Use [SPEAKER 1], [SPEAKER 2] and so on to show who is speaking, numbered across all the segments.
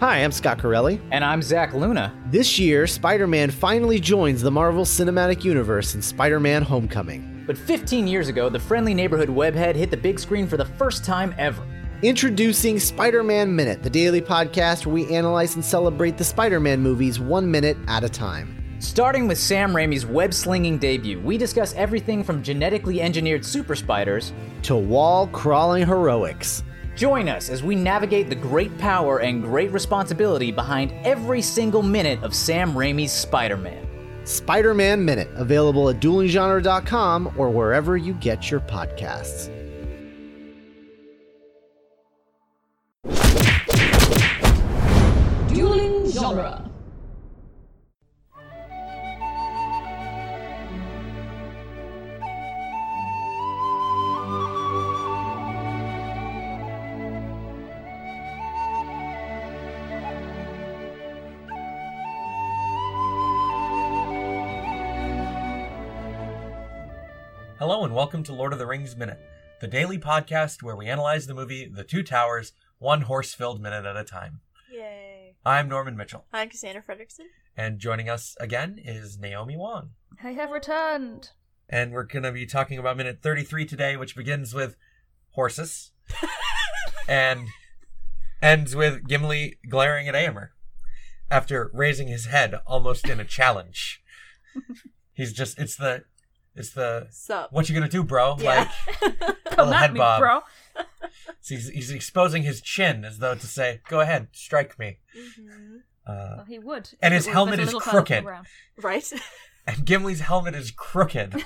[SPEAKER 1] Hi, I'm Scott Corelli.
[SPEAKER 2] And I'm Zach Luna.
[SPEAKER 1] This year, Spider Man finally joins the Marvel Cinematic Universe in Spider Man Homecoming.
[SPEAKER 2] But 15 years ago, the friendly neighborhood webhead hit the big screen for the first time ever.
[SPEAKER 1] Introducing Spider Man Minute, the daily podcast where we analyze and celebrate the Spider Man movies one minute at a time.
[SPEAKER 2] Starting with Sam Raimi's web slinging debut, we discuss everything from genetically engineered super spiders.
[SPEAKER 1] To wall crawling heroics.
[SPEAKER 2] Join us as we navigate the great power and great responsibility behind every single minute of Sam Raimi's Spider Man.
[SPEAKER 1] Spider Man Minute, available at duelinggenre.com or wherever you get your podcasts.
[SPEAKER 3] Dueling genre.
[SPEAKER 4] Hello and welcome to Lord of the Rings Minute, the daily podcast where we analyze the movie The Two Towers, one horse-filled minute at a time.
[SPEAKER 5] Yay.
[SPEAKER 4] I'm Norman Mitchell,
[SPEAKER 5] I'm Cassandra Fredrickson.
[SPEAKER 4] and joining us again is Naomi Wong.
[SPEAKER 3] I have returned.
[SPEAKER 4] And we're going to be talking about minute 33 today, which begins with horses and ends with Gimli glaring at Aemir after raising his head almost in a challenge. He's just it's the it's the
[SPEAKER 5] Sup?
[SPEAKER 4] what you gonna do, bro?
[SPEAKER 5] Yeah.
[SPEAKER 4] Like
[SPEAKER 3] Come
[SPEAKER 4] little
[SPEAKER 3] at
[SPEAKER 4] head
[SPEAKER 3] me,
[SPEAKER 4] bob.
[SPEAKER 3] bro.
[SPEAKER 4] So he's, he's exposing his chin as though to say, "Go ahead, strike me."
[SPEAKER 5] Mhm.
[SPEAKER 4] Uh,
[SPEAKER 3] Well, he would.
[SPEAKER 4] And
[SPEAKER 3] if
[SPEAKER 4] his
[SPEAKER 3] it was
[SPEAKER 4] helmet
[SPEAKER 3] a
[SPEAKER 4] is
[SPEAKER 3] little fellow
[SPEAKER 4] crooked.
[SPEAKER 3] from around.
[SPEAKER 5] Right?
[SPEAKER 4] and Gimli's helmet is crooked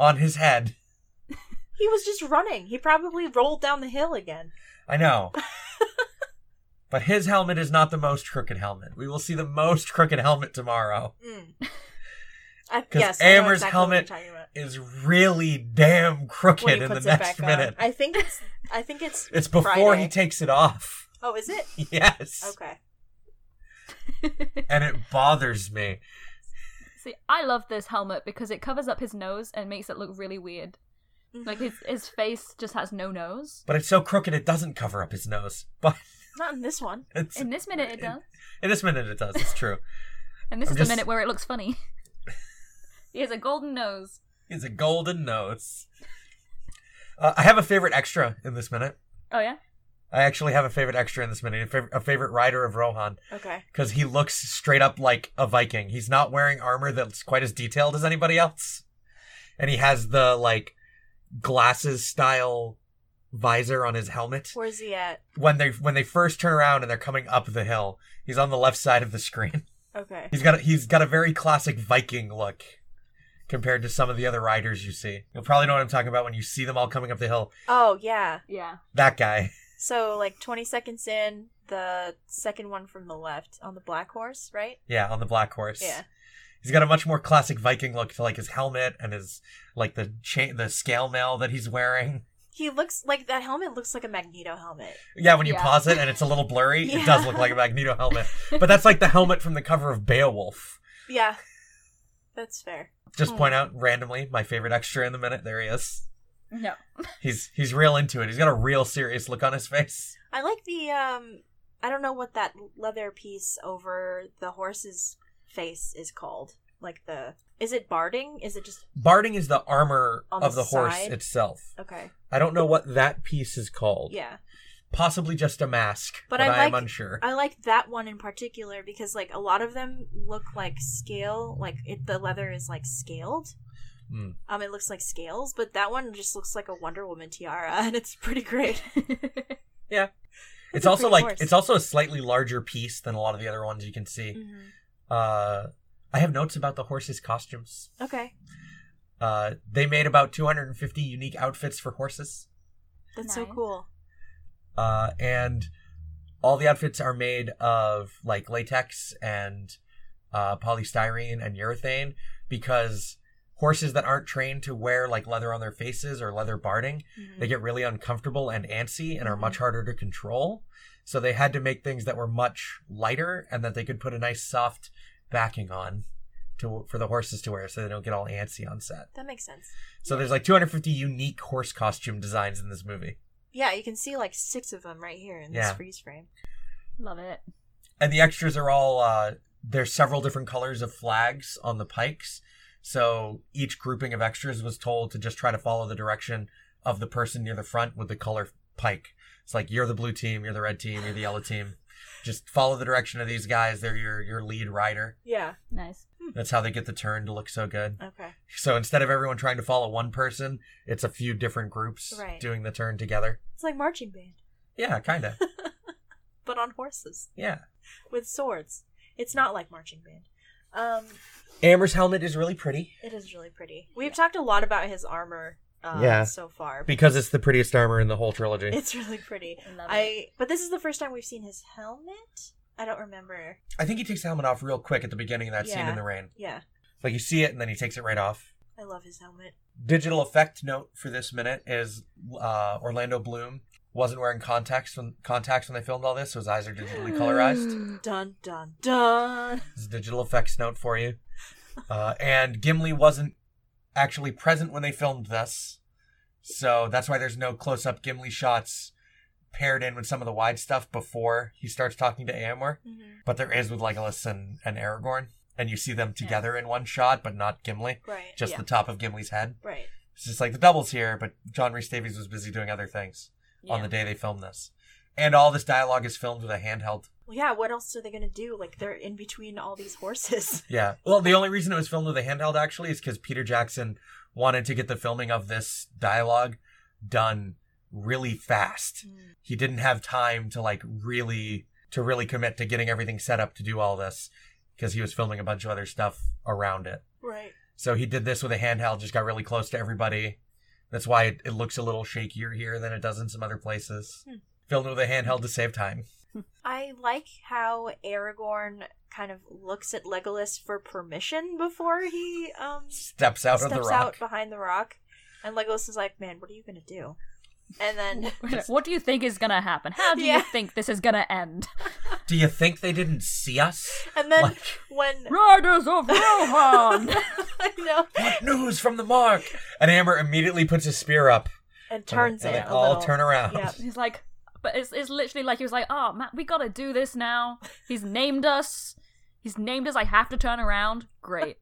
[SPEAKER 4] on his head.
[SPEAKER 5] he was just running. He probably rolled down the hill again.
[SPEAKER 4] I know, but his helmet is not the most crooked helmet. We will see the most crooked helmet tomorrow.
[SPEAKER 5] Mm. I,
[SPEAKER 4] 'Cause
[SPEAKER 5] yes, I know
[SPEAKER 4] Amber's
[SPEAKER 5] exactly what you're
[SPEAKER 4] helmet
[SPEAKER 5] talking about.
[SPEAKER 4] Is really damn crooked
[SPEAKER 5] When he
[SPEAKER 4] in the
[SPEAKER 5] puts it
[SPEAKER 4] next
[SPEAKER 5] back on.
[SPEAKER 4] minute.
[SPEAKER 5] I think it's. I think it's.
[SPEAKER 4] It's before
[SPEAKER 5] Friday.
[SPEAKER 4] he takes it off.
[SPEAKER 5] Oh, is it?
[SPEAKER 4] Yes,
[SPEAKER 5] Okay.
[SPEAKER 4] and it bothers me.
[SPEAKER 3] See, I love this helmet because it covers up his nose and makes it look really weird. Like his his face just has no nose.
[SPEAKER 4] But it's so crooked it doesn't cover up his nose. But
[SPEAKER 5] Not in this one.
[SPEAKER 4] it's
[SPEAKER 3] In this minute, it does,
[SPEAKER 4] in this minute it does. It's true.
[SPEAKER 3] and this
[SPEAKER 4] I'm
[SPEAKER 3] is
[SPEAKER 4] just-
[SPEAKER 3] the minute where it looks funny. he has a golden nose.
[SPEAKER 4] He's a golden nose. Uh, I have a favorite extra in this minute.
[SPEAKER 3] Oh yeah,
[SPEAKER 4] I actually have a favorite extra in this minute, a, fav- a favorite rider of Rohan,
[SPEAKER 5] Okay.
[SPEAKER 4] because he looks straight up like a Viking. He's not wearing armor that's quite as detailed as anybody else. And he has the, like, glasses style visor on his helmet.
[SPEAKER 5] Where's he at?
[SPEAKER 4] When they when they first turn around and they're coming up the hill, he's on the left side of the screen.
[SPEAKER 5] Okay.
[SPEAKER 4] He's got a, he's got a very classic Viking look compared to some of the other riders you see. You'll probably know what I'm talking about when you see them all coming up the hill.
[SPEAKER 5] Oh, yeah.
[SPEAKER 3] yeah.
[SPEAKER 4] That guy.
[SPEAKER 5] So, like 20 seconds in, the second one from the left on the black horse, right?
[SPEAKER 4] Yeah, on the black horse.
[SPEAKER 5] Yeah.
[SPEAKER 4] He's got a much more classic Viking look to like his helmet and his like the chain the scale mail that he's wearing.
[SPEAKER 5] He looks like that helmet looks like a Magneto helmet.
[SPEAKER 4] Yeah, when you
[SPEAKER 3] Yeah.
[SPEAKER 4] pause it and it's a little blurry, it
[SPEAKER 5] Yeah.
[SPEAKER 4] does look like a Magneto helmet. But that's like the helmet from the cover of Beowulf.
[SPEAKER 5] Yeah. That's fair.
[SPEAKER 4] Just point out randomly my favorite extra in the minute. There he is.
[SPEAKER 3] No,
[SPEAKER 4] He's he's real into it. He's got a real serious look on his face.
[SPEAKER 5] I like the um I don't know what that leather piece over the horse's face is called. Like the is it barding? Is it just
[SPEAKER 4] Barding is the armor
[SPEAKER 5] On
[SPEAKER 4] of
[SPEAKER 5] the
[SPEAKER 4] the horse
[SPEAKER 5] side?
[SPEAKER 4] itself.
[SPEAKER 5] okay.
[SPEAKER 4] I don't know what that piece is called.
[SPEAKER 5] Yeah.
[SPEAKER 4] Possibly just a mask, but,
[SPEAKER 5] But
[SPEAKER 4] I,
[SPEAKER 5] I
[SPEAKER 4] am
[SPEAKER 5] like-
[SPEAKER 4] unsure.
[SPEAKER 5] I like that one in particular because like a lot of them look like scale like it the leather is like scaled.
[SPEAKER 4] Hmm.
[SPEAKER 5] Um it looks like scales, but that one just looks like a Wonder Woman tiara and it's pretty great.
[SPEAKER 4] It's
[SPEAKER 5] a
[SPEAKER 4] also
[SPEAKER 5] pretty
[SPEAKER 4] like
[SPEAKER 5] horse.
[SPEAKER 4] it's also a slightly larger piece than a lot of the other ones you can see.
[SPEAKER 5] Mhm.
[SPEAKER 4] Uh, I have notes about the horses' costumes.
[SPEAKER 5] Okay.
[SPEAKER 4] Uh, they made about 250 unique outfits for horses,
[SPEAKER 5] That's so
[SPEAKER 3] Nice.
[SPEAKER 5] cool.
[SPEAKER 4] uh, and all the outfits are made of like latex and uh, polystyrene and urethane because horses that aren't trained to wear like leather on their faces or leather barding
[SPEAKER 5] Mhm.
[SPEAKER 4] they get really uncomfortable and antsy and are much harder to control. So they had to make things that were much lighter and that they could put a nice soft backing on to for the horses to wear so they don't get all antsy on set.
[SPEAKER 5] That makes sense.
[SPEAKER 4] So there's like 250 unique horse costume designs in this movie.
[SPEAKER 5] Yeah, you can see like six of them right here in this
[SPEAKER 4] Yeah.
[SPEAKER 5] freeze frame.
[SPEAKER 3] Love it.
[SPEAKER 4] and the extras are all uh, there's several different colors of flags on the pikes so each grouping of extras was told to just try to follow the direction of the person near the front with the color pike it's like you're the blue team you're the red team you're the yellow team just follow the direction of these guys they're your, your lead rider
[SPEAKER 5] Yeah.
[SPEAKER 3] Nice.
[SPEAKER 4] that's how they get the turn to look so good
[SPEAKER 5] Okay.
[SPEAKER 4] so instead of everyone trying to follow one person it's a few different groups
[SPEAKER 5] Right.
[SPEAKER 4] doing the turn together
[SPEAKER 5] It's like marching band,
[SPEAKER 4] yeah kind of
[SPEAKER 5] but on horses
[SPEAKER 4] yeah
[SPEAKER 5] with swords. It's not like marching band. Um,
[SPEAKER 4] amber's helmet is really pretty
[SPEAKER 5] it is really pretty. We've talked a lot about his armor. Uh,
[SPEAKER 4] Yeah.
[SPEAKER 5] So far,
[SPEAKER 4] because it's the prettiest armor in the whole trilogy
[SPEAKER 5] It's really pretty.
[SPEAKER 3] I love
[SPEAKER 5] I but this is the first time we've seen his helmet. I don't remember.
[SPEAKER 4] I think he takes the helmet off real quick at the beginning of that scene
[SPEAKER 5] Yeah.
[SPEAKER 4] in the rain.
[SPEAKER 5] Yeah,
[SPEAKER 4] Like you see it and then he takes it right off.
[SPEAKER 5] I love his helmet.
[SPEAKER 4] Digital effect note for this minute is uh, Orlando Bloom wasn't wearing contacts when contacts when they filmed all this, so his eyes are
[SPEAKER 3] Hmm.
[SPEAKER 4] digitally colorized.
[SPEAKER 5] Dun dun dun.
[SPEAKER 4] This is a digital effects note for you. Uh, and Gimli wasn't actually present when they filmed this, so that's why there's no close-up Gimli shots paired in with some of the wide stuff before he starts talking to Amor.
[SPEAKER 5] Mm-hmm.
[SPEAKER 4] But there is with Legolas and, and Aragorn, and you see them together in one shot, but not Gimli.
[SPEAKER 5] Right.
[SPEAKER 4] Just
[SPEAKER 3] Yeah.
[SPEAKER 4] the top of Gimli's head.
[SPEAKER 5] Right.
[SPEAKER 4] It's just like the doubles here, but John Rhys Davies was busy doing other things
[SPEAKER 3] Mm.
[SPEAKER 4] on the day they filmed this. And all this dialogue is filmed with a handheld.
[SPEAKER 5] Well, yeah. What else are they gonna do? Like they're in between all these horses.
[SPEAKER 4] Yeah. Well, the only reason it was filmed with a handheld actually is because Peter Jackson wanted to get the filming of this dialogue done really fast.
[SPEAKER 5] Hmm. Mm.
[SPEAKER 4] He didn't have time to like really to really commit to getting everything set up to do all this because he was filming a bunch of other stuff around it.
[SPEAKER 5] Right.
[SPEAKER 4] So he did this with a handheld, just got really close to everybody. That's why it, it looks a little shakier here than it does in some other places.
[SPEAKER 5] Hmm.
[SPEAKER 4] Filmed with a handheld to save time.
[SPEAKER 5] I like how Aragorn kind of looks at Legolas for permission before he um
[SPEAKER 4] Steps out of the
[SPEAKER 5] steps
[SPEAKER 4] rock.
[SPEAKER 5] out behind the rock, and Legolas is like, "Man, what are you gonna do?" And then
[SPEAKER 3] What do you think is gonna happen? How do
[SPEAKER 5] Yeah.
[SPEAKER 3] you think this is gonna end?
[SPEAKER 4] Do you think they didn't see us?
[SPEAKER 5] and then
[SPEAKER 4] Like,
[SPEAKER 5] when
[SPEAKER 3] Riders of Rohan.
[SPEAKER 5] I know
[SPEAKER 4] what news from the mark? And Amber immediately puts his spear up.
[SPEAKER 5] and turns
[SPEAKER 4] and they
[SPEAKER 5] it a
[SPEAKER 4] all
[SPEAKER 5] little.
[SPEAKER 4] turn around.
[SPEAKER 5] Yep.
[SPEAKER 3] He's like, but it's, it's literally like he was like, oh, Matt, we gotta do this now. He's named us. He's named us. I have to turn around. Great.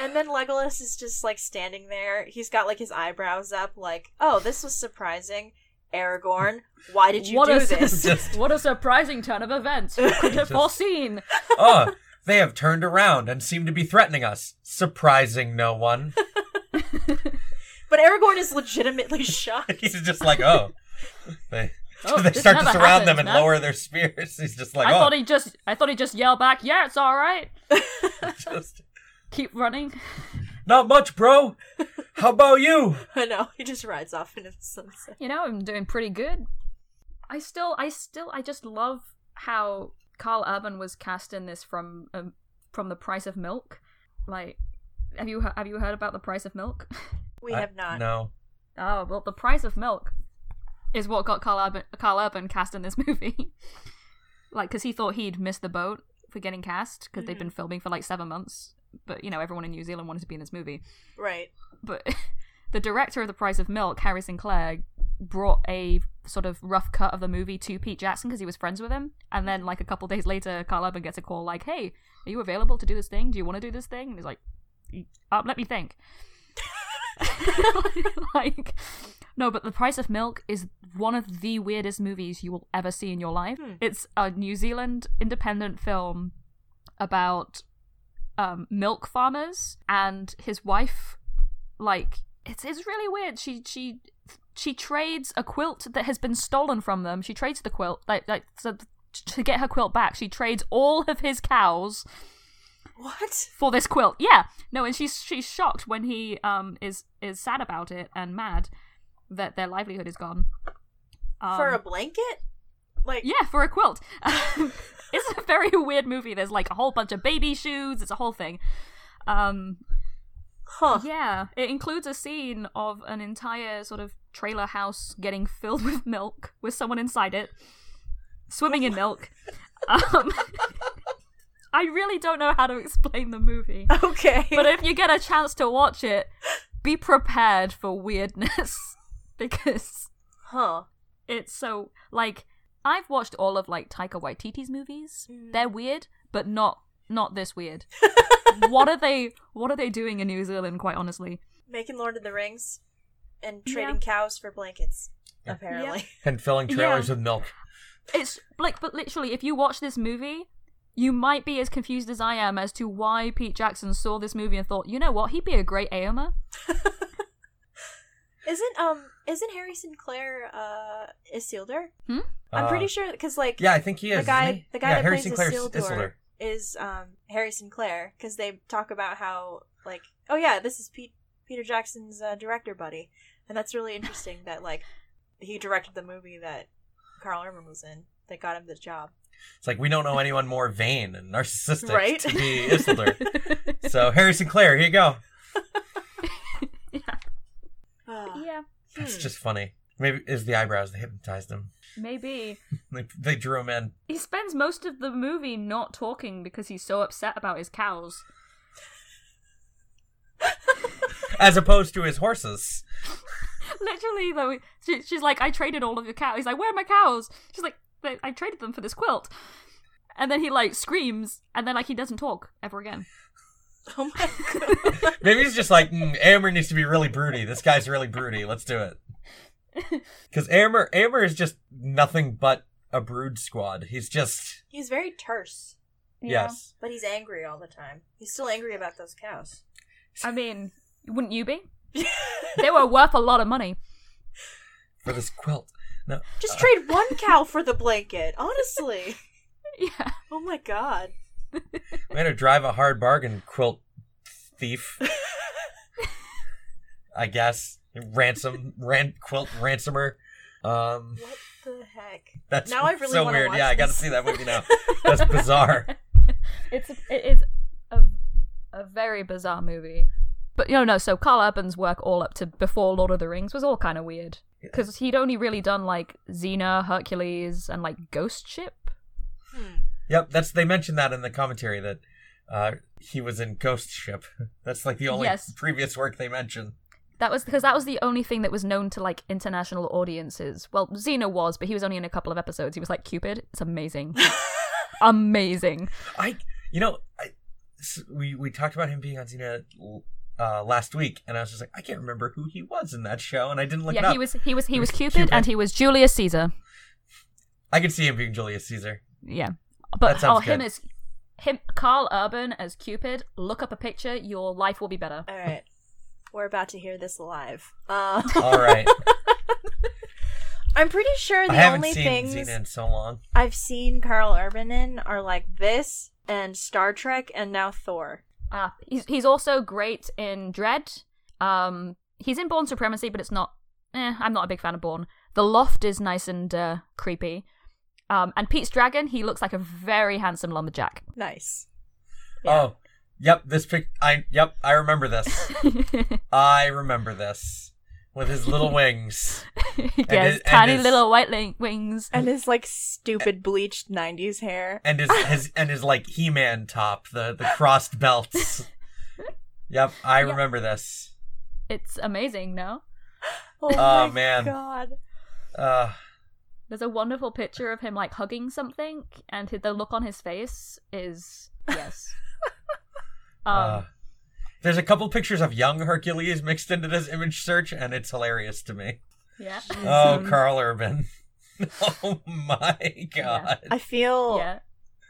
[SPEAKER 5] And then Legolas is just like standing there. He's got like his eyebrows up, like, "Oh, this was surprising, Aragorn. Why did you
[SPEAKER 3] what
[SPEAKER 5] do
[SPEAKER 3] a
[SPEAKER 5] this?"
[SPEAKER 4] Just-
[SPEAKER 3] what a surprising turn of events. Who could have foreseen?
[SPEAKER 4] oh, they have turned around and seem to be threatening us. Surprising no one.
[SPEAKER 5] But Aragorn is legitimately shocked.
[SPEAKER 4] He's just like, oh. They,
[SPEAKER 3] Oh,
[SPEAKER 4] they
[SPEAKER 3] this
[SPEAKER 4] start to
[SPEAKER 3] never
[SPEAKER 4] surround
[SPEAKER 3] happens,
[SPEAKER 4] them and
[SPEAKER 3] man.
[SPEAKER 4] lower their spears. He's just like,
[SPEAKER 3] I
[SPEAKER 4] oh.
[SPEAKER 3] thought he just I thought he just yelled back, yeah, it's all right.
[SPEAKER 4] just,
[SPEAKER 3] Keep running.
[SPEAKER 4] Not much, bro. How about you?
[SPEAKER 5] I know. He just rides off into the sunset.
[SPEAKER 3] You know, I'm doing pretty good. I still I still I just love how Carl Urban was cast in this from um, from The Price of Milk. Like have you he- have you heard about The Price of Milk?
[SPEAKER 5] We
[SPEAKER 4] I-
[SPEAKER 5] have not.
[SPEAKER 4] No.
[SPEAKER 3] Oh well, the price of milk is what got Carl Urban, Carl Urban cast in this movie. like, because he thought he'd missed the boat for getting cast because they've been filming for like seven months. But you know, everyone in New Zealand wanted to be in this movie.
[SPEAKER 5] Right.
[SPEAKER 3] But the director of The Price of Milk, Harry Sinclair, brought a sort of rough cut of the movie to Pete Jackson because he was friends with him. And then, like a couple days later, Carl Urban gets a call like, "Hey, are you available to do this thing? Do you want to do this thing?" And he's like, um, "Let me think." like, no, but The Price of Milk is one of the weirdest movies you will ever see in your life. It's a New Zealand independent film about um, milk farmers and his wife. Like, it's it's really weird. She she she trades a quilt that has been stolen from them. She trades the quilt like like so to get her quilt back. She trades all of his cows
[SPEAKER 5] What?
[SPEAKER 3] for this quilt. Yeah, no, and she's she's shocked when he um is is sad about it and mad that their livelihood is gone. Um,
[SPEAKER 5] For a blanket? Like
[SPEAKER 3] yeah, for a quilt. it's a very weird movie. There's like a whole bunch of baby shoes. It's a whole thing. Um,
[SPEAKER 5] huh.
[SPEAKER 3] yeah, it includes a scene of an entire sort of trailer house getting filled with milk with someone inside it swimming in milk. Um, I really don't know how to explain the movie.
[SPEAKER 5] Okay.
[SPEAKER 3] But uh, if you get a chance to watch it, be prepared for weirdness because
[SPEAKER 5] huh.
[SPEAKER 3] It's so like I've watched all of like Taika Waititi's movies.
[SPEAKER 5] Mm.
[SPEAKER 3] They're weird, but not not this weird. what are they what are they doing in New Zealand quite honestly?
[SPEAKER 5] Making Lord of the Rings and
[SPEAKER 3] Yeah.
[SPEAKER 5] trading cows for blankets, apparently.
[SPEAKER 4] and filling trailers
[SPEAKER 3] Yeah.
[SPEAKER 4] with milk.
[SPEAKER 3] It's like but literally if you watch this movie, you might be as confused as I am as to why Pete Jackson saw this movie and thought, "You know what? He'd be a great Aomer."
[SPEAKER 5] Isn't um isn't Harry Sinclair uh Isildur?
[SPEAKER 3] Hmm?
[SPEAKER 5] I'm
[SPEAKER 4] Uh,
[SPEAKER 5] pretty sure because like
[SPEAKER 4] Yeah, I think he is.
[SPEAKER 5] the guy
[SPEAKER 4] isn't he?
[SPEAKER 5] the guy
[SPEAKER 4] yeah,
[SPEAKER 5] that
[SPEAKER 4] Harry
[SPEAKER 5] plays
[SPEAKER 4] Sinclair's
[SPEAKER 5] Isildur,
[SPEAKER 4] Isildur.
[SPEAKER 5] is um Harry Sinclair because they talk about how like oh yeah this is Pete, Peter Jackson's uh, director buddy and that's really interesting that like he directed the movie that Carl Urban was in that got him the job
[SPEAKER 4] It's like we don't know anyone more vain and narcissistic
[SPEAKER 5] Right?
[SPEAKER 4] to be Isildur. so Harry Sinclair, here you go.
[SPEAKER 5] Ah,
[SPEAKER 3] yeah.
[SPEAKER 4] That's
[SPEAKER 5] hmm.
[SPEAKER 4] just funny. Maybe is the eyebrows that hypnotized him.
[SPEAKER 3] Maybe.
[SPEAKER 4] They, they drew him in.
[SPEAKER 3] He spends most of the movie not talking because he's so upset about his cows.
[SPEAKER 4] As opposed to his horses.
[SPEAKER 3] Literally, though, she, she's like, I traded all of your cows. He's like, Where are my cows? She's like, "They- I traded them for this quilt. And then he, like, screams, and then, like, he doesn't talk ever again.
[SPEAKER 5] oh my god
[SPEAKER 4] Maybe he's just like, mm, Amber needs to be really broody. This guy's really broody. Let's do it. Because Amber, Amber is just nothing but a brood squad. He's just
[SPEAKER 5] he's very terse
[SPEAKER 4] yes.
[SPEAKER 5] but he's angry all the time he's still angry about those cows
[SPEAKER 3] I mean, wouldn't you be? they were worth a lot of money.
[SPEAKER 4] For this quilt. No.
[SPEAKER 5] just trade one cow for the blanket honestly
[SPEAKER 3] Yeah.
[SPEAKER 5] oh my god
[SPEAKER 4] Way to drive a hard bargain, quilt thief. I guess ransom, ran, quilt ransomer. Um,
[SPEAKER 5] what the heck
[SPEAKER 4] that's
[SPEAKER 5] Now I really
[SPEAKER 4] so
[SPEAKER 5] wanna
[SPEAKER 4] weird.
[SPEAKER 5] watch
[SPEAKER 4] yeah, I got to
[SPEAKER 5] this.
[SPEAKER 4] see that movie now. That's bizarre.
[SPEAKER 3] It's it is a, a very bizarre movie. But you know, no. So Carl Urban's work all up to before Lord of the Rings was all kind of weird because he'd only really done like Xena, Hercules, and like Ghost Ship.
[SPEAKER 4] Yep, that's they mentioned that in the commentary that uh, he was in Ghost Ship. That's like the only
[SPEAKER 3] Yes.
[SPEAKER 4] previous work they mentioned.
[SPEAKER 3] That was because that was the only thing that was known to like international audiences. Well, Xena was, but he was only in a couple of episodes. He was like Cupid. It's amazing, amazing.
[SPEAKER 4] I, you know, I, s- we we talked about him being on Xena uh, last week, and I was just like, I can't remember who he was in that show, and I didn't look it
[SPEAKER 3] yeah,
[SPEAKER 4] up.
[SPEAKER 3] he was he was he was Cupid,
[SPEAKER 4] Cupid.
[SPEAKER 3] and he was Julius Caesar.
[SPEAKER 4] I could see him being Julius Caesar.
[SPEAKER 3] Yeah, but oh,
[SPEAKER 4] That sounds
[SPEAKER 3] him
[SPEAKER 4] good.
[SPEAKER 3] as him Carl Urban as Cupid. Look up a picture. Your life will be better.
[SPEAKER 5] All right. We're about to hear this live. Uh,
[SPEAKER 4] All right,
[SPEAKER 5] I'm pretty sure
[SPEAKER 4] I
[SPEAKER 5] the
[SPEAKER 4] haven't
[SPEAKER 5] only
[SPEAKER 4] seen
[SPEAKER 5] things
[SPEAKER 4] Xena in so long.
[SPEAKER 5] I've seen Carl Urban in are like this and Star Trek and now Thor.
[SPEAKER 3] Ah, he's he's also great in Dread. Um, he's in Born Supremacy, but it's not. Eh, I'm not a big fan of Born. The Loft is nice and uh, creepy. Um, and Pete's Dragon, he looks like a very handsome lumberjack.
[SPEAKER 5] Nice.
[SPEAKER 4] Oh, yep, this pic. I yep, I remember this. I remember this with his little wings.
[SPEAKER 3] he
[SPEAKER 4] his-
[SPEAKER 3] has
[SPEAKER 4] and
[SPEAKER 3] tiny
[SPEAKER 4] his-
[SPEAKER 3] little white link- wings.
[SPEAKER 5] And his like stupid bleached 90s hair.
[SPEAKER 4] and his, his and his like he-man top the the crossed belts yep i
[SPEAKER 3] Yeah.
[SPEAKER 4] remember this
[SPEAKER 3] It's amazing. No,
[SPEAKER 5] Oh,
[SPEAKER 4] Oh,
[SPEAKER 5] my
[SPEAKER 4] man.
[SPEAKER 5] god.
[SPEAKER 4] uh
[SPEAKER 3] there's a wonderful picture of him like hugging something, and hi- the look on his face is yes. um,
[SPEAKER 4] uh, there's a couple pictures of young hercules mixed into this image search and it's hilarious to me
[SPEAKER 3] yeah.
[SPEAKER 4] oh carl urban oh my god
[SPEAKER 5] I
[SPEAKER 4] Oh,
[SPEAKER 5] feel
[SPEAKER 3] Yeah,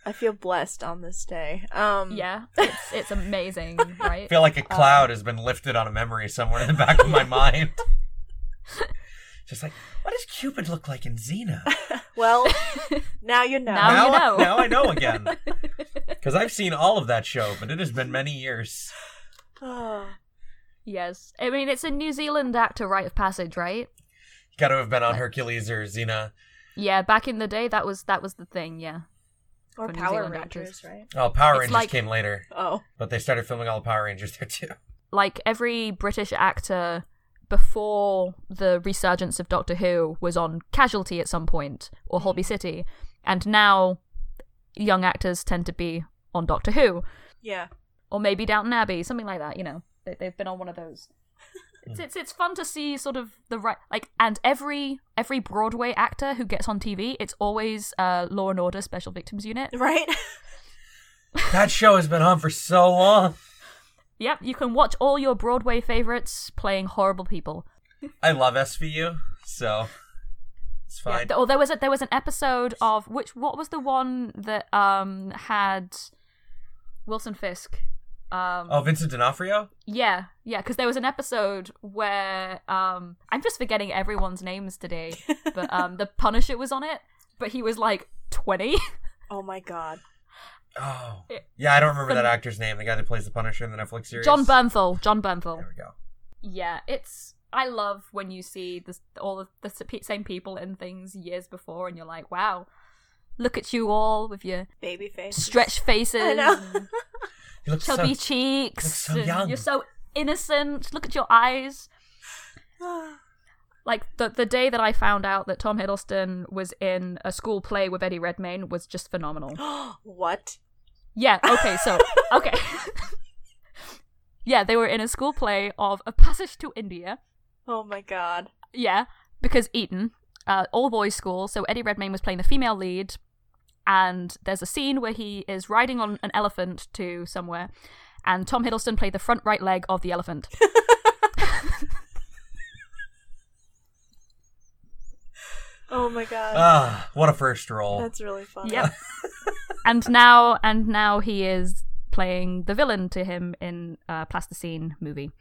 [SPEAKER 5] I feel blessed on this day. Um
[SPEAKER 3] yeah, it's it's amazing,
[SPEAKER 4] i
[SPEAKER 3] right?
[SPEAKER 4] feel like a cloud has been lifted on a memory somewhere in the back of my mind just like what does cupid look like in xena
[SPEAKER 5] Well, now you know.
[SPEAKER 3] Now- Oh, you know.
[SPEAKER 4] now i know again because i've seen all of that show but it has been many years
[SPEAKER 5] Oh.
[SPEAKER 3] Yes. I mean, it's a New Zealand actor rite of passage, right?
[SPEAKER 4] Got to have been on Hercules or Xena.
[SPEAKER 3] Yeah, back in the day, that was that was the thing. Yeah,
[SPEAKER 5] or
[SPEAKER 3] For New
[SPEAKER 5] Power
[SPEAKER 3] Zealand
[SPEAKER 5] Rangers,
[SPEAKER 3] actors.
[SPEAKER 5] right?
[SPEAKER 4] Oh, Power
[SPEAKER 3] It's
[SPEAKER 4] Rangers
[SPEAKER 3] like-
[SPEAKER 4] came later,
[SPEAKER 5] Oh.
[SPEAKER 4] but they started filming all the Power Rangers there too.
[SPEAKER 3] like every British actor before the resurgence of Doctor Who was on Casualty at some point or
[SPEAKER 4] Mm.
[SPEAKER 3] Holby City, and now young actors tend to be on Doctor Who
[SPEAKER 5] Yeah.
[SPEAKER 3] or maybe Downton Abbey, something like that. You know, they, they've been on one of those. It's, it's it's fun to see sort of the right like and every every Broadway actor who gets on TV, it's always uh, Law and Order Special Victims Unit.
[SPEAKER 5] Right?
[SPEAKER 4] That show has been on for so long.
[SPEAKER 3] Yep, you can watch all your Broadway favorites playing horrible people.
[SPEAKER 4] I love SVU, so it's fine.
[SPEAKER 3] Th- Oh, there was a, there was an episode of which what was the one that um had Wilson Fisk. Um,
[SPEAKER 4] oh, Vincent D'Onofrio?
[SPEAKER 3] yeah, yeah, because there was an episode where um I'm just forgetting everyone's names today, but um the Punisher was on it, but he was like 20.
[SPEAKER 5] Oh my god.
[SPEAKER 4] Oh. Yeah, I don't remember that actor's name, the guy that plays the Punisher in the Netflix series.
[SPEAKER 3] John Bernthal, John Bernthal.
[SPEAKER 4] There we go.
[SPEAKER 3] Yeah, it's I love when you see this, all of the s- pe- same people in things years before, and you're like, wow, look at you all with your
[SPEAKER 5] Baby face.
[SPEAKER 3] stretched faces.
[SPEAKER 5] I know.
[SPEAKER 3] and-
[SPEAKER 4] He looks so,
[SPEAKER 3] chubby cheeks.
[SPEAKER 4] so
[SPEAKER 3] and
[SPEAKER 4] young.
[SPEAKER 3] You're so innocent. Look at your eyes. Like the the day that I found out that Tom Hiddleston was in a school play with Eddie Redmayne was just phenomenal.
[SPEAKER 5] what?
[SPEAKER 3] Yeah. Okay. So okay. yeah, they were in a school play of A Passage to India.
[SPEAKER 5] Oh my god.
[SPEAKER 3] Yeah, because Eton, uh, all boys school, so Eddie Redmayne was playing the female lead, and there's a scene where he is riding on an elephant to somewhere, and Tom Hiddleston played the front right leg of the elephant.
[SPEAKER 5] Oh my god.
[SPEAKER 4] Ah, what a first roll.
[SPEAKER 5] That's really fun.
[SPEAKER 3] Yep.
[SPEAKER 4] uh,
[SPEAKER 3] and now, and now he is playing the villain to him in a plasticine movie.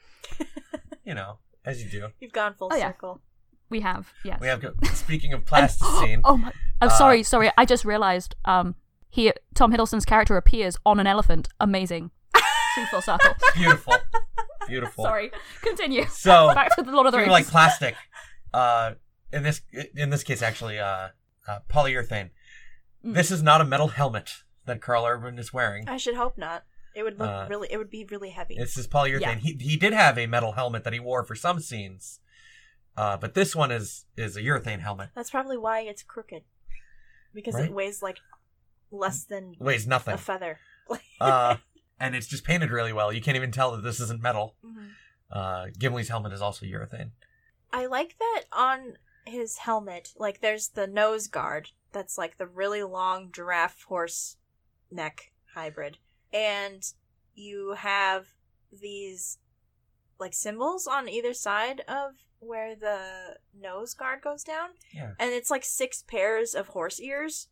[SPEAKER 4] you know, as you do.
[SPEAKER 5] You've gone full
[SPEAKER 3] Oh, yeah.
[SPEAKER 5] circle.
[SPEAKER 3] We have yes.
[SPEAKER 4] We have go- speaking of
[SPEAKER 3] And-
[SPEAKER 4] plasticine.
[SPEAKER 3] oh my! I'm
[SPEAKER 4] Uh,
[SPEAKER 3] sorry, sorry. I just realized. Um, he Tom Hiddleston's character appears on an elephant. Amazing. See full circle.
[SPEAKER 4] Beautiful. Beautiful.
[SPEAKER 3] oh. Sorry. Continue.
[SPEAKER 4] So
[SPEAKER 3] back to the Lord of the
[SPEAKER 4] Speaking
[SPEAKER 3] Rings.
[SPEAKER 4] of, like plastic. Uh, in this in this case, actually, uh, uh, polyurethane. This is not a metal helmet that Carl Urban is wearing.
[SPEAKER 5] I should hope not. It would look
[SPEAKER 4] Uh,
[SPEAKER 5] really it would be really heavy.
[SPEAKER 4] This is polyurethane.
[SPEAKER 3] Yeah.
[SPEAKER 4] He he did have a metal helmet that he wore for some scenes, uh, but this one is is a urethane helmet.
[SPEAKER 5] That's probably why it's crooked. Because
[SPEAKER 4] Right.
[SPEAKER 5] it weighs like less than
[SPEAKER 4] Weighs nothing.
[SPEAKER 5] a feather.
[SPEAKER 4] Uh, and it's just painted really well. You can't even tell that this isn't metal.
[SPEAKER 5] Mm-hmm.
[SPEAKER 4] Uh, Gimli's helmet is also urethane.
[SPEAKER 5] I like that on his helmet, like there's the nose guard that's like the really long giraffe horse neck hybrid. And you have these like symbols on either side of where the nose guard goes down.
[SPEAKER 4] Yeah.
[SPEAKER 5] And it's like six pairs of horse ears.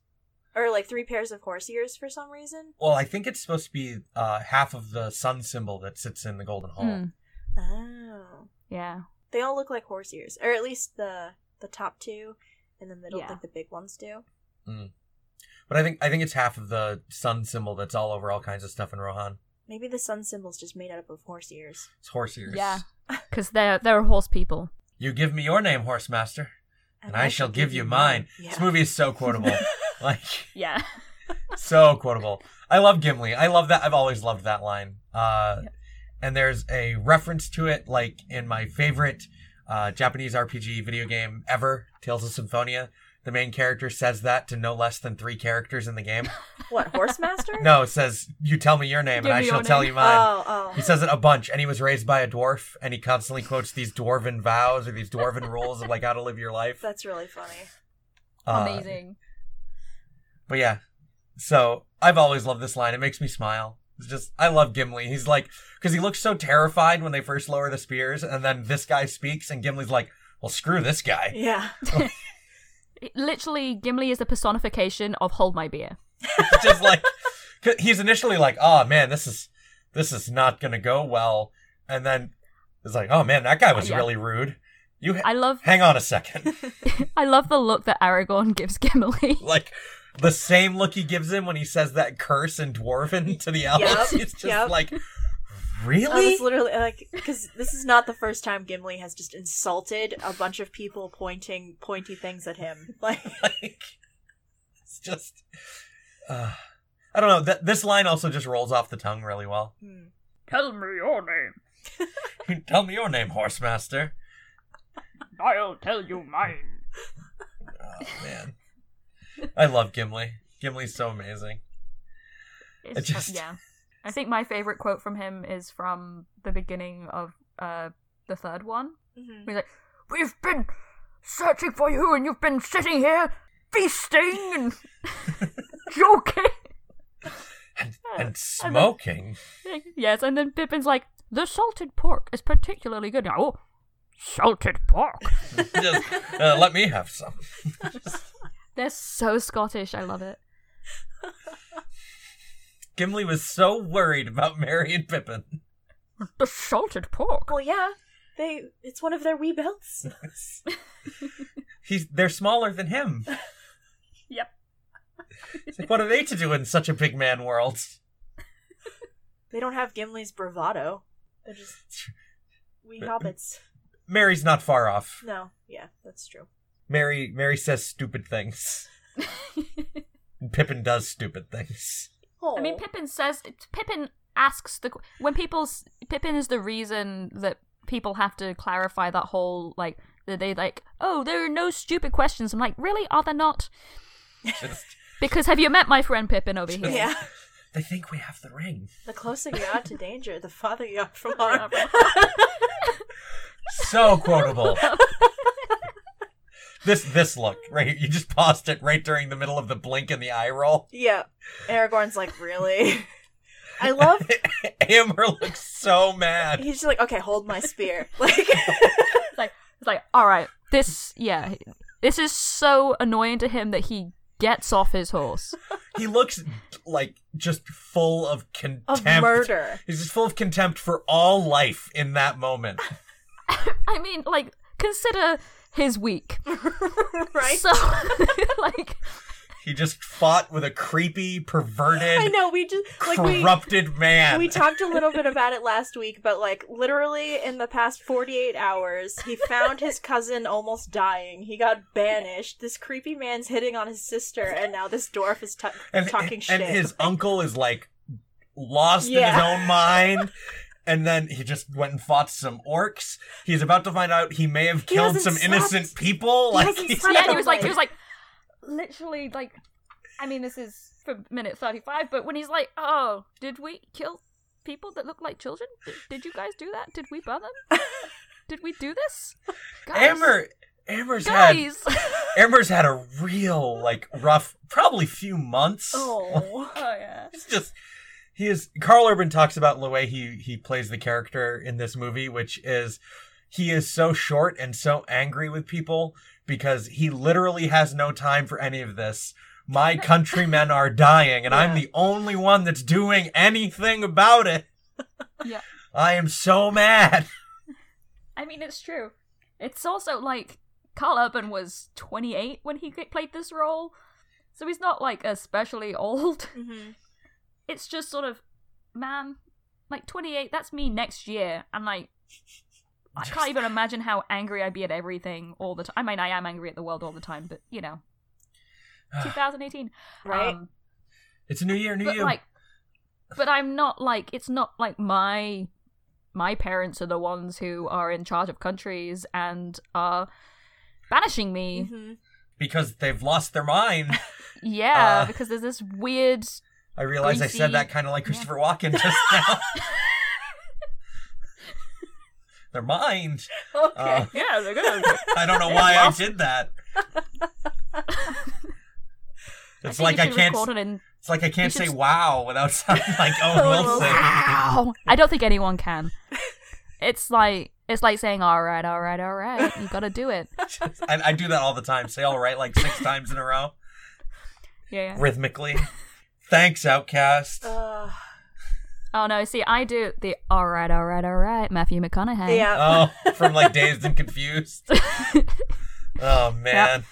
[SPEAKER 5] Or like three pairs of horse ears for some reason.
[SPEAKER 4] Well, I think it's supposed to be uh, half of the sun symbol that sits in the golden hall.
[SPEAKER 3] Mm,
[SPEAKER 5] Oh.
[SPEAKER 3] yeah.
[SPEAKER 5] They all look like horse ears. Or at least the the top two and the middle,
[SPEAKER 3] Yeah.
[SPEAKER 5] like the big ones do.
[SPEAKER 4] But I think I think it's half of the sun symbol that's all over all kinds of stuff in Rohan.
[SPEAKER 5] Maybe the sun symbol's just made up of horse ears.
[SPEAKER 4] It's horse ears.
[SPEAKER 3] Yeah. Because they're they're horse people.
[SPEAKER 4] You give me your name, horse master, and, I, shall give you mine.
[SPEAKER 5] Yeah.
[SPEAKER 4] This movie is so quotable. like
[SPEAKER 3] Yeah.
[SPEAKER 4] so quotable. I love Gimli. I love that. I've always loved that line. Uh, And there's a reference to it, like in my favorite uh, Japanese RPG video game ever, Tales of Symphonia. The main character says that to no less than three characters in the game.
[SPEAKER 5] What, horse master?
[SPEAKER 4] No, it says, You tell me your name,
[SPEAKER 3] Give
[SPEAKER 4] and I
[SPEAKER 3] me
[SPEAKER 4] shall
[SPEAKER 3] your
[SPEAKER 4] tell
[SPEAKER 3] name."
[SPEAKER 4] you mine.
[SPEAKER 5] Oh, oh.
[SPEAKER 4] He says it a bunch, and he was raised by a dwarf, and he constantly quotes these dwarven vows or these dwarven rules of like how to live your life.
[SPEAKER 5] That's really funny.
[SPEAKER 4] Uh,
[SPEAKER 3] Amazing.
[SPEAKER 4] But yeah, so I've always loved this line. It makes me smile. It's just I love Gimli. He's like because he looks so terrified when they first lower the spears, and then this guy speaks, and Gimli's like, "Well, screw this guy."
[SPEAKER 5] Yeah.
[SPEAKER 3] It- Literally, Gimli is the personification of hold my beer.
[SPEAKER 4] It's just like 'cause he's initially like, "Oh man, this is this is not gonna go well," and then it's like, "Oh man, that guy was
[SPEAKER 3] Yeah.
[SPEAKER 4] really rude." You ha-
[SPEAKER 3] I love
[SPEAKER 4] hang on a second.
[SPEAKER 3] I love the look that Aragorn gives Gimli.
[SPEAKER 4] like the same look he gives him when he says that curse in dwarven to the elves. It's just
[SPEAKER 5] yep.
[SPEAKER 4] like,
[SPEAKER 5] I
[SPEAKER 4] really?
[SPEAKER 5] was literally like, because this is not the first time Gimli has just insulted a bunch of people pointing pointy things at him. Like,
[SPEAKER 4] like, it's just, uh, I don't know. Th- this line also just rolls off the tongue really well.
[SPEAKER 5] hmm.
[SPEAKER 3] Tell me your name.
[SPEAKER 4] Tell me your name, horse master.
[SPEAKER 3] I'll tell you mine.
[SPEAKER 4] Oh man, I love Gimli. Gimli's so amazing.
[SPEAKER 3] It's,
[SPEAKER 4] I just-
[SPEAKER 3] yeah. I think my favorite quote from him is from the beginning of uh, the third one.
[SPEAKER 5] Mhm.
[SPEAKER 3] He's like, We've been searching for you and you've been sitting here feasting and joking.
[SPEAKER 4] And,
[SPEAKER 5] Ah,
[SPEAKER 4] and smoking.
[SPEAKER 3] yes, and then Pippin's like, The salted pork is particularly good. Oh, salted pork.
[SPEAKER 4] Just, uh, let me have some.
[SPEAKER 3] They're so Scottish. I love it.
[SPEAKER 4] Gimli was so worried about Mary and Pippin.
[SPEAKER 3] The salted pork.
[SPEAKER 5] Well, yeah, they. It's one of their wee belts.
[SPEAKER 4] He's they're smaller than him.
[SPEAKER 3] Yep.
[SPEAKER 4] It's like, what are they to do in such a big man world?
[SPEAKER 5] They don't have Gimli's bravado. They're just wee hobbits.
[SPEAKER 4] Mary's not far off.
[SPEAKER 5] No, yeah, that's true.
[SPEAKER 4] Mary Mary says stupid things. And Pippin does stupid things.
[SPEAKER 3] I mean,
[SPEAKER 5] Aw.
[SPEAKER 3] Pippin says Pippin asks the when people s- Pippin is the reason that people have to clarify that whole like that they like oh there are no stupid questions. I'm like really are there not?
[SPEAKER 4] Just,
[SPEAKER 3] Because have you met my friend Pippin over here?
[SPEAKER 5] Yeah.
[SPEAKER 4] they think we have the ring.
[SPEAKER 5] The closer you are to danger, the farther you are from harm.
[SPEAKER 4] So quotable. this this look right. You just paused it right during the middle of the blink and the eye roll.
[SPEAKER 5] yeah. Aragorn's like, really? I love.
[SPEAKER 4] Amber looks so mad.
[SPEAKER 5] He's just like, okay, hold my spear. Like,
[SPEAKER 3] It's like it's like all right this yeah this is so annoying to him that he gets off his horse.
[SPEAKER 4] He looks like just full of contempt.
[SPEAKER 5] of murder.
[SPEAKER 4] He's just full of contempt for all life in that moment.
[SPEAKER 3] I mean like consider his week.
[SPEAKER 5] Right?
[SPEAKER 3] So like
[SPEAKER 4] He just fought with a creepy, perverted,
[SPEAKER 5] I know, we just. Like, we.
[SPEAKER 4] corrupted man.
[SPEAKER 5] We talked a little bit about it last week, but like literally in the past 48 hours, he found his cousin almost dying. He got banished. This creepy man's hitting on his sister, and now this dwarf is ta-
[SPEAKER 4] and,
[SPEAKER 5] talking
[SPEAKER 4] and,
[SPEAKER 5] shit.
[SPEAKER 4] his uncle is like lost in his
[SPEAKER 5] Yeah.
[SPEAKER 4] own mind. And then he just went and fought some orcs. He's about to find out he may have
[SPEAKER 5] He
[SPEAKER 4] killed
[SPEAKER 5] hasn't
[SPEAKER 4] some
[SPEAKER 5] slept.
[SPEAKER 4] innocent people. Like
[SPEAKER 5] hasn't
[SPEAKER 4] he's-
[SPEAKER 5] slept.
[SPEAKER 3] yeah, and he was like, he was like, literally like, I mean, this is for minute thirty-five, but when he's like, oh, did we kill people that look like children? Did, did you guys do that? Did we burn them? did we do this? Guys,
[SPEAKER 4] Amber, Amber's had
[SPEAKER 3] guys.
[SPEAKER 4] Amber's had a real like rough, probably few months.
[SPEAKER 5] oh.
[SPEAKER 3] oh yeah.
[SPEAKER 4] It's just he is Carl Urban talks about the way he he plays the character in this movie, which is he is so short and so angry with people because he literally has no time for any of this. My countrymen are dying, and I'm
[SPEAKER 5] Yeah.
[SPEAKER 4] the only one that's doing anything about it.
[SPEAKER 3] Yeah.
[SPEAKER 4] I am so mad.
[SPEAKER 3] I mean, it's true. It's also like Carl Urban was twenty-eight when he played this role, so he's not like especially old.
[SPEAKER 5] hmm
[SPEAKER 3] it's just sort of man like 28 that's me next year and like i
[SPEAKER 4] Just-
[SPEAKER 3] can't even imagine how angry i'd be at everything all the time i mean i am angry at the world all the time but you know 2018
[SPEAKER 5] Right?
[SPEAKER 3] um,
[SPEAKER 4] It's a new year, new
[SPEAKER 3] but
[SPEAKER 4] you.
[SPEAKER 3] like but i'm not like it's not like my my parents are the ones who are in charge of countries and are banishing me
[SPEAKER 5] hmm
[SPEAKER 4] because they've lost their mind.
[SPEAKER 3] yeah
[SPEAKER 4] Uh,
[SPEAKER 3] because there's this weird
[SPEAKER 4] I realize I said
[SPEAKER 3] Greasy.
[SPEAKER 4] that kind of like Christopher Walken just now. Their mind.
[SPEAKER 5] Okay.
[SPEAKER 4] Uh,
[SPEAKER 3] yeah they're gonna
[SPEAKER 4] I don't know why I did that. It's like I can't.
[SPEAKER 3] record it in
[SPEAKER 4] It's like I can't
[SPEAKER 3] should
[SPEAKER 4] say
[SPEAKER 3] s-
[SPEAKER 4] "wow" without sounding like Owen
[SPEAKER 5] Owen
[SPEAKER 4] Wilson.
[SPEAKER 3] Ow! I don't think anyone can. It's like it's like saying, "All right, all right, all right, you got to do it."
[SPEAKER 4] I, I do that all the time. Say "all right" like six times in a row,
[SPEAKER 3] Yeah. Uh. yeah.
[SPEAKER 4] rhythmically. Thanks, Outcast.
[SPEAKER 5] Ugh.
[SPEAKER 3] Oh no, see, I do the "All right, all right, all right," Matthew McConaughey.
[SPEAKER 5] yeah.
[SPEAKER 4] Oh, from like dazed and confused. Oh man,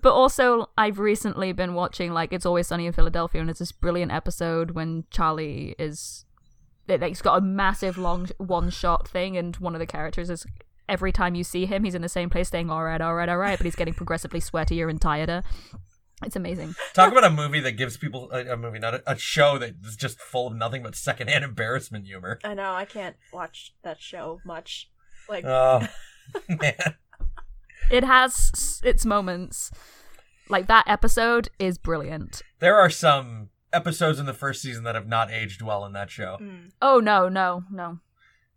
[SPEAKER 3] But also, I've recently been watching like "It's Always Sunny in Philadelphia," and it's this brilliant episode when Charlie is, it, like, he's got a massive long one shot thing, and one of the characters is. Every time you see him, he's in the same place saying, all right, all right, all right, but he's getting progressively sweatier and tireder. It's amazing.
[SPEAKER 4] talk about a movie that gives people a, a movie, not a, a show that is just full of nothing but secondhand embarrassment humor.
[SPEAKER 5] I know, I can't watch that show much. Like,
[SPEAKER 4] Oh man,
[SPEAKER 3] it has s- its moments. Like that episode is brilliant.
[SPEAKER 4] there are some episodes in the first season that have not aged well in that show.
[SPEAKER 5] mm.
[SPEAKER 3] Oh no, no, no.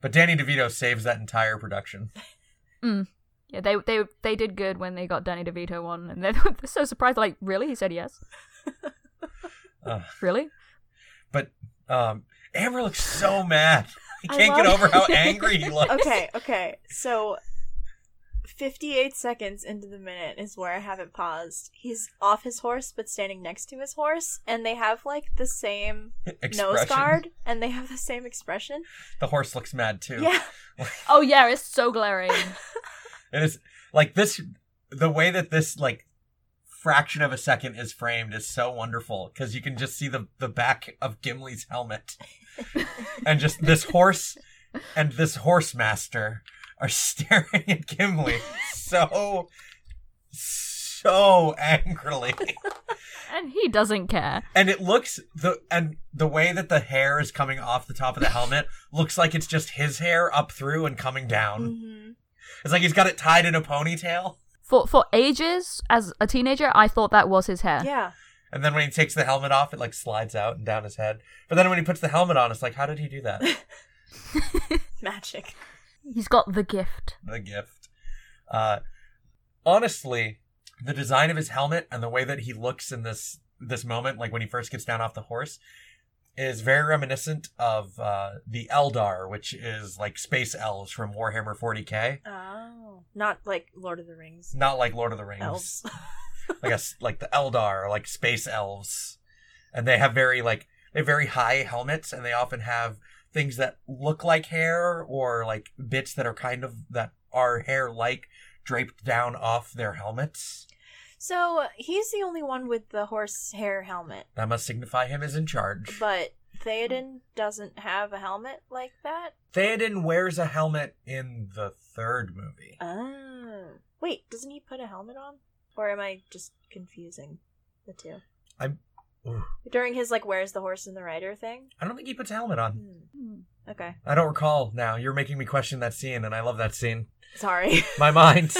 [SPEAKER 4] But Danny DeVito saves that entire production.
[SPEAKER 3] Yeah, they they they did good when they got Danny DeVito on, and they're, they're so surprised. Like, really? He said yes.
[SPEAKER 4] Uh,
[SPEAKER 3] Really?
[SPEAKER 4] but um, Amber looks so mad. He
[SPEAKER 5] I
[SPEAKER 4] can't get
[SPEAKER 5] love-
[SPEAKER 4] over how angry he looks.
[SPEAKER 5] Okay, okay. So, 58 seconds into the minute is where I have it paused. He's off his horse, but standing next to his horse, and they have like the same
[SPEAKER 4] Expression.
[SPEAKER 5] nose guard, and they have the same expression.
[SPEAKER 4] The horse looks mad too.
[SPEAKER 5] Yeah,
[SPEAKER 3] Oh yeah, it's so glaring.
[SPEAKER 4] It is like this the way that this like fraction of a second is framed is so wonderful because you can just see the the back of Gimli's helmet. and just this horse and this horse master are staring at Gimli so so angrily.
[SPEAKER 3] and he doesn't care.
[SPEAKER 4] And it looks the and the way that the hair is coming off the top of the helmet looks like it's just his hair up through and coming down.
[SPEAKER 5] hmm
[SPEAKER 4] It's like he's got it tied in a ponytail.
[SPEAKER 3] For for ages, as a teenager, I thought that was his hair.
[SPEAKER 5] yeah.
[SPEAKER 4] And then when he takes the helmet off, it like slides out and down his head. But then when he puts the helmet on, it's like, how did he do that?
[SPEAKER 5] Magic.
[SPEAKER 3] He's got the gift.
[SPEAKER 4] the gift. Uh, honestly, the design of his helmet and the way that he looks in this this moment, like when he first gets down off the horse, is very reminiscent of uh, the Eldar, which is like space elves from Warhammer 40k.
[SPEAKER 5] Oh, not like Lord of the Rings
[SPEAKER 4] Not like Lord of the Rings.
[SPEAKER 5] elves.
[SPEAKER 4] I guess like the Eldar, or like space elves, and they have very like they have very high helmets, and they often have things that look like hair or like bits that are kind of that are hair like draped down off their helmets.
[SPEAKER 5] So he's the only one with the horse hair helmet,
[SPEAKER 4] That must signify him is in charge.
[SPEAKER 5] but Theoden doesn't have a helmet like that.
[SPEAKER 4] Theoden wears a helmet in the third movie.
[SPEAKER 5] Oh. Wait, doesn't he put a helmet on? Or am I just confusing the two?
[SPEAKER 4] I'm. Ooh,
[SPEAKER 5] During his, like, where's the horse and the rider thing?
[SPEAKER 4] I don't think he puts a helmet on.
[SPEAKER 5] Hmm. Okay.
[SPEAKER 4] I don't recall now. You're making me question that scene, and I love that scene.
[SPEAKER 5] Sorry.
[SPEAKER 4] My mind.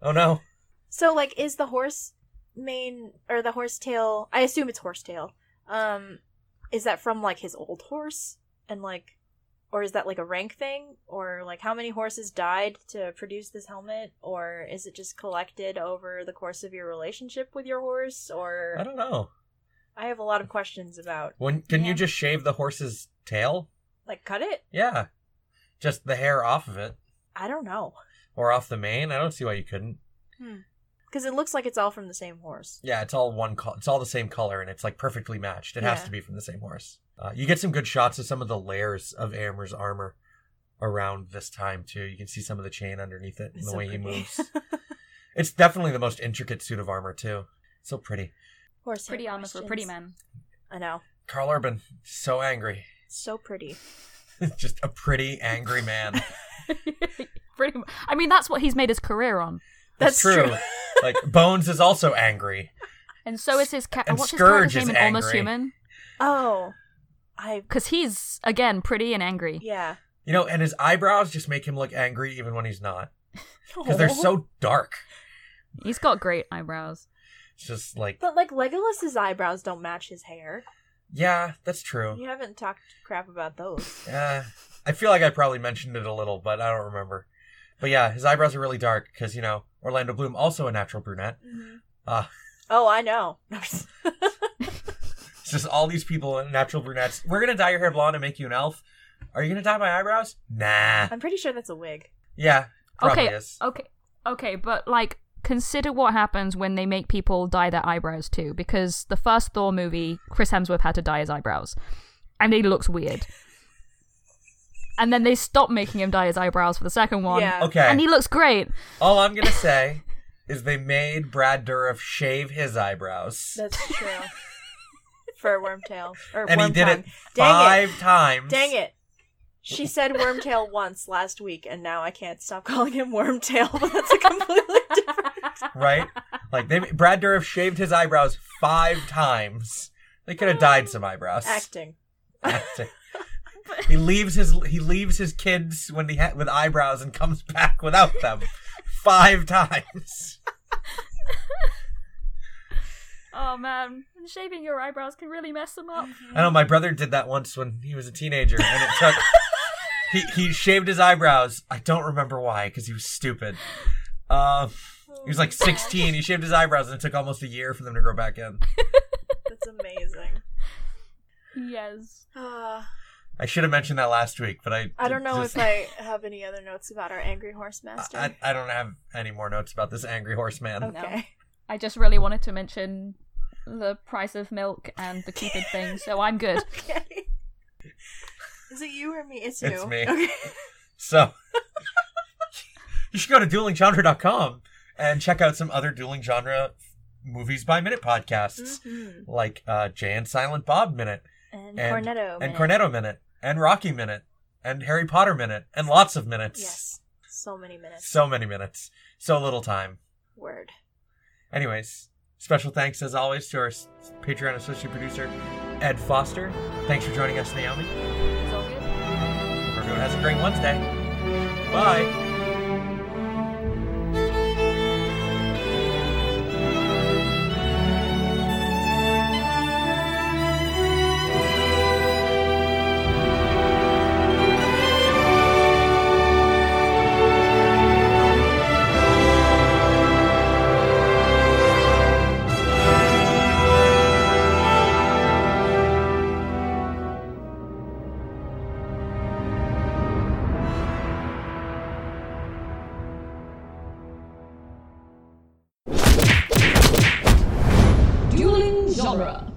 [SPEAKER 4] oh no.
[SPEAKER 5] so, like, is the horse mane, or the horse tail, I assume it's horse tail, um, is that from, like, his old horse? And, like, or is that, like, a rank thing? Or, like, how many horses died to produce this helmet? Or is it just collected over the course of your relationship with your horse? Or.
[SPEAKER 4] I don't know.
[SPEAKER 5] I have a lot of questions about
[SPEAKER 4] When can
[SPEAKER 3] Yeah.
[SPEAKER 4] you just shave the horse's tail?
[SPEAKER 5] like cut it.
[SPEAKER 4] Yeah, just the hair off of it
[SPEAKER 5] I don't know
[SPEAKER 4] or off the mane. I don't see why you couldn't.
[SPEAKER 5] because it looks like it's all from the same horse.
[SPEAKER 4] Yeah, it's all one. Co- it's all the same color, and it's like perfectly matched. It has
[SPEAKER 5] Yeah.
[SPEAKER 4] to be from the same horse. Uh, you get some good shots of some of the layers of Amber's armor around this time too. You can see some of the chain underneath it and
[SPEAKER 5] It's
[SPEAKER 4] the
[SPEAKER 5] so
[SPEAKER 4] way
[SPEAKER 5] pretty.
[SPEAKER 4] he moves. it's definitely the most intricate suit of armor too. So pretty.
[SPEAKER 5] Horse hair
[SPEAKER 3] Pretty armor for a
[SPEAKER 5] questions.
[SPEAKER 3] pretty man.
[SPEAKER 5] I know,
[SPEAKER 4] Carl Urban, so angry.
[SPEAKER 5] so pretty.
[SPEAKER 4] just a pretty angry man.
[SPEAKER 3] Pretty. mu- I mean, that's what he's made his career on,
[SPEAKER 5] That's true.
[SPEAKER 4] like Bones is also angry.
[SPEAKER 3] and so is his. Ca-
[SPEAKER 4] And
[SPEAKER 3] what's
[SPEAKER 4] Scourge
[SPEAKER 3] his character's name
[SPEAKER 4] is
[SPEAKER 3] in Almost
[SPEAKER 4] angry.
[SPEAKER 3] Human?
[SPEAKER 5] Oh, I
[SPEAKER 3] Because he's again pretty and angry.
[SPEAKER 5] yeah.
[SPEAKER 4] You know, and his eyebrows just make him look angry even when he's not. Because they're
[SPEAKER 5] Aw.
[SPEAKER 4] so dark.
[SPEAKER 3] He's got great eyebrows.
[SPEAKER 4] It's just like,
[SPEAKER 5] But like Legolas's eyebrows don't match his hair.
[SPEAKER 4] yeah, that's true.
[SPEAKER 5] You haven't talked crap about those.
[SPEAKER 4] Uh, I feel like I probably mentioned it a little, but I don't remember. But yeah, his eyebrows are really dark because, you know, Orlando Bloom, also a natural brunette. Ah,
[SPEAKER 5] Oh, I know.
[SPEAKER 4] it's just all these people, natural brunettes. We're going to dye your hair blonde and make you an elf. Are you going to dye my eyebrows? Nah.
[SPEAKER 5] I'm pretty sure that's a wig.
[SPEAKER 4] Yeah, probably
[SPEAKER 3] okay,
[SPEAKER 4] is.
[SPEAKER 3] okay, okay, but like consider what happens when they make people dye their eyebrows too, because the first Thor movie, Chris Hemsworth had to dye his eyebrows, and he looks weird. And then they stopped making him dye his eyebrows for the second one.
[SPEAKER 5] Yeah.
[SPEAKER 4] Okay.
[SPEAKER 3] And he looks great.
[SPEAKER 4] All I'm going to say is they made Brad Dourif shave his eyebrows.
[SPEAKER 5] That's true. For Wormtail or
[SPEAKER 4] and he did
[SPEAKER 5] Wormtongue.
[SPEAKER 4] it
[SPEAKER 5] Dang
[SPEAKER 4] five
[SPEAKER 5] it!
[SPEAKER 4] times.
[SPEAKER 5] Dang it! She said Wormtail once last week, and now I can't stop calling him Wormtail. But that's a completely different.
[SPEAKER 4] right? Like they Brad Dourif shaved his eyebrows five times. They could have dyed some eyebrows.
[SPEAKER 5] acting.
[SPEAKER 4] Acting. he leaves his he leaves his kids when he ha- with eyebrows and comes back without them five times.
[SPEAKER 3] Oh man, shaving your eyebrows can really mess them up.
[SPEAKER 4] I know my brother did that once when he was a teenager, and it took he he shaved his eyebrows. I don't remember why because he was stupid. Uh, he was like 16. He shaved his eyebrows and it took almost a year for them to grow back in.
[SPEAKER 5] That's amazing.
[SPEAKER 3] Yes.
[SPEAKER 5] Uh,
[SPEAKER 4] I should have mentioned that last week, but I
[SPEAKER 5] I don't know
[SPEAKER 4] just-
[SPEAKER 5] if I have any other notes about our angry horse master.
[SPEAKER 4] I, I don't have any more notes about this angry horse man.
[SPEAKER 5] okay.
[SPEAKER 3] I just really wanted to mention the price of milk and the Cupid thing, so I'm good.
[SPEAKER 5] Okay. Is it you or me? It's you.
[SPEAKER 4] It's me.
[SPEAKER 5] Okay.
[SPEAKER 4] So you should go to duelinggenre.com and check out some other dueling genre movies by minute podcasts
[SPEAKER 5] Mhm.
[SPEAKER 4] like uh, Jay and Silent Bob Minute
[SPEAKER 5] And,
[SPEAKER 4] and
[SPEAKER 5] Cornetto.
[SPEAKER 4] and
[SPEAKER 5] minute.
[SPEAKER 4] Cornetto Minute and Rocky Minute and Harry Potter Minute and lots of minutes.
[SPEAKER 5] Yes. So many minutes.
[SPEAKER 4] So many minutes. So little time.
[SPEAKER 5] Word.
[SPEAKER 4] Anyways, special thanks as always to our s- Patreon associate producer, Ed Foster. Thanks for joining us, Naomi.
[SPEAKER 3] It's all good.
[SPEAKER 4] Hope Everyone has a great Wednesday. Bye.
[SPEAKER 6] Dueling genre.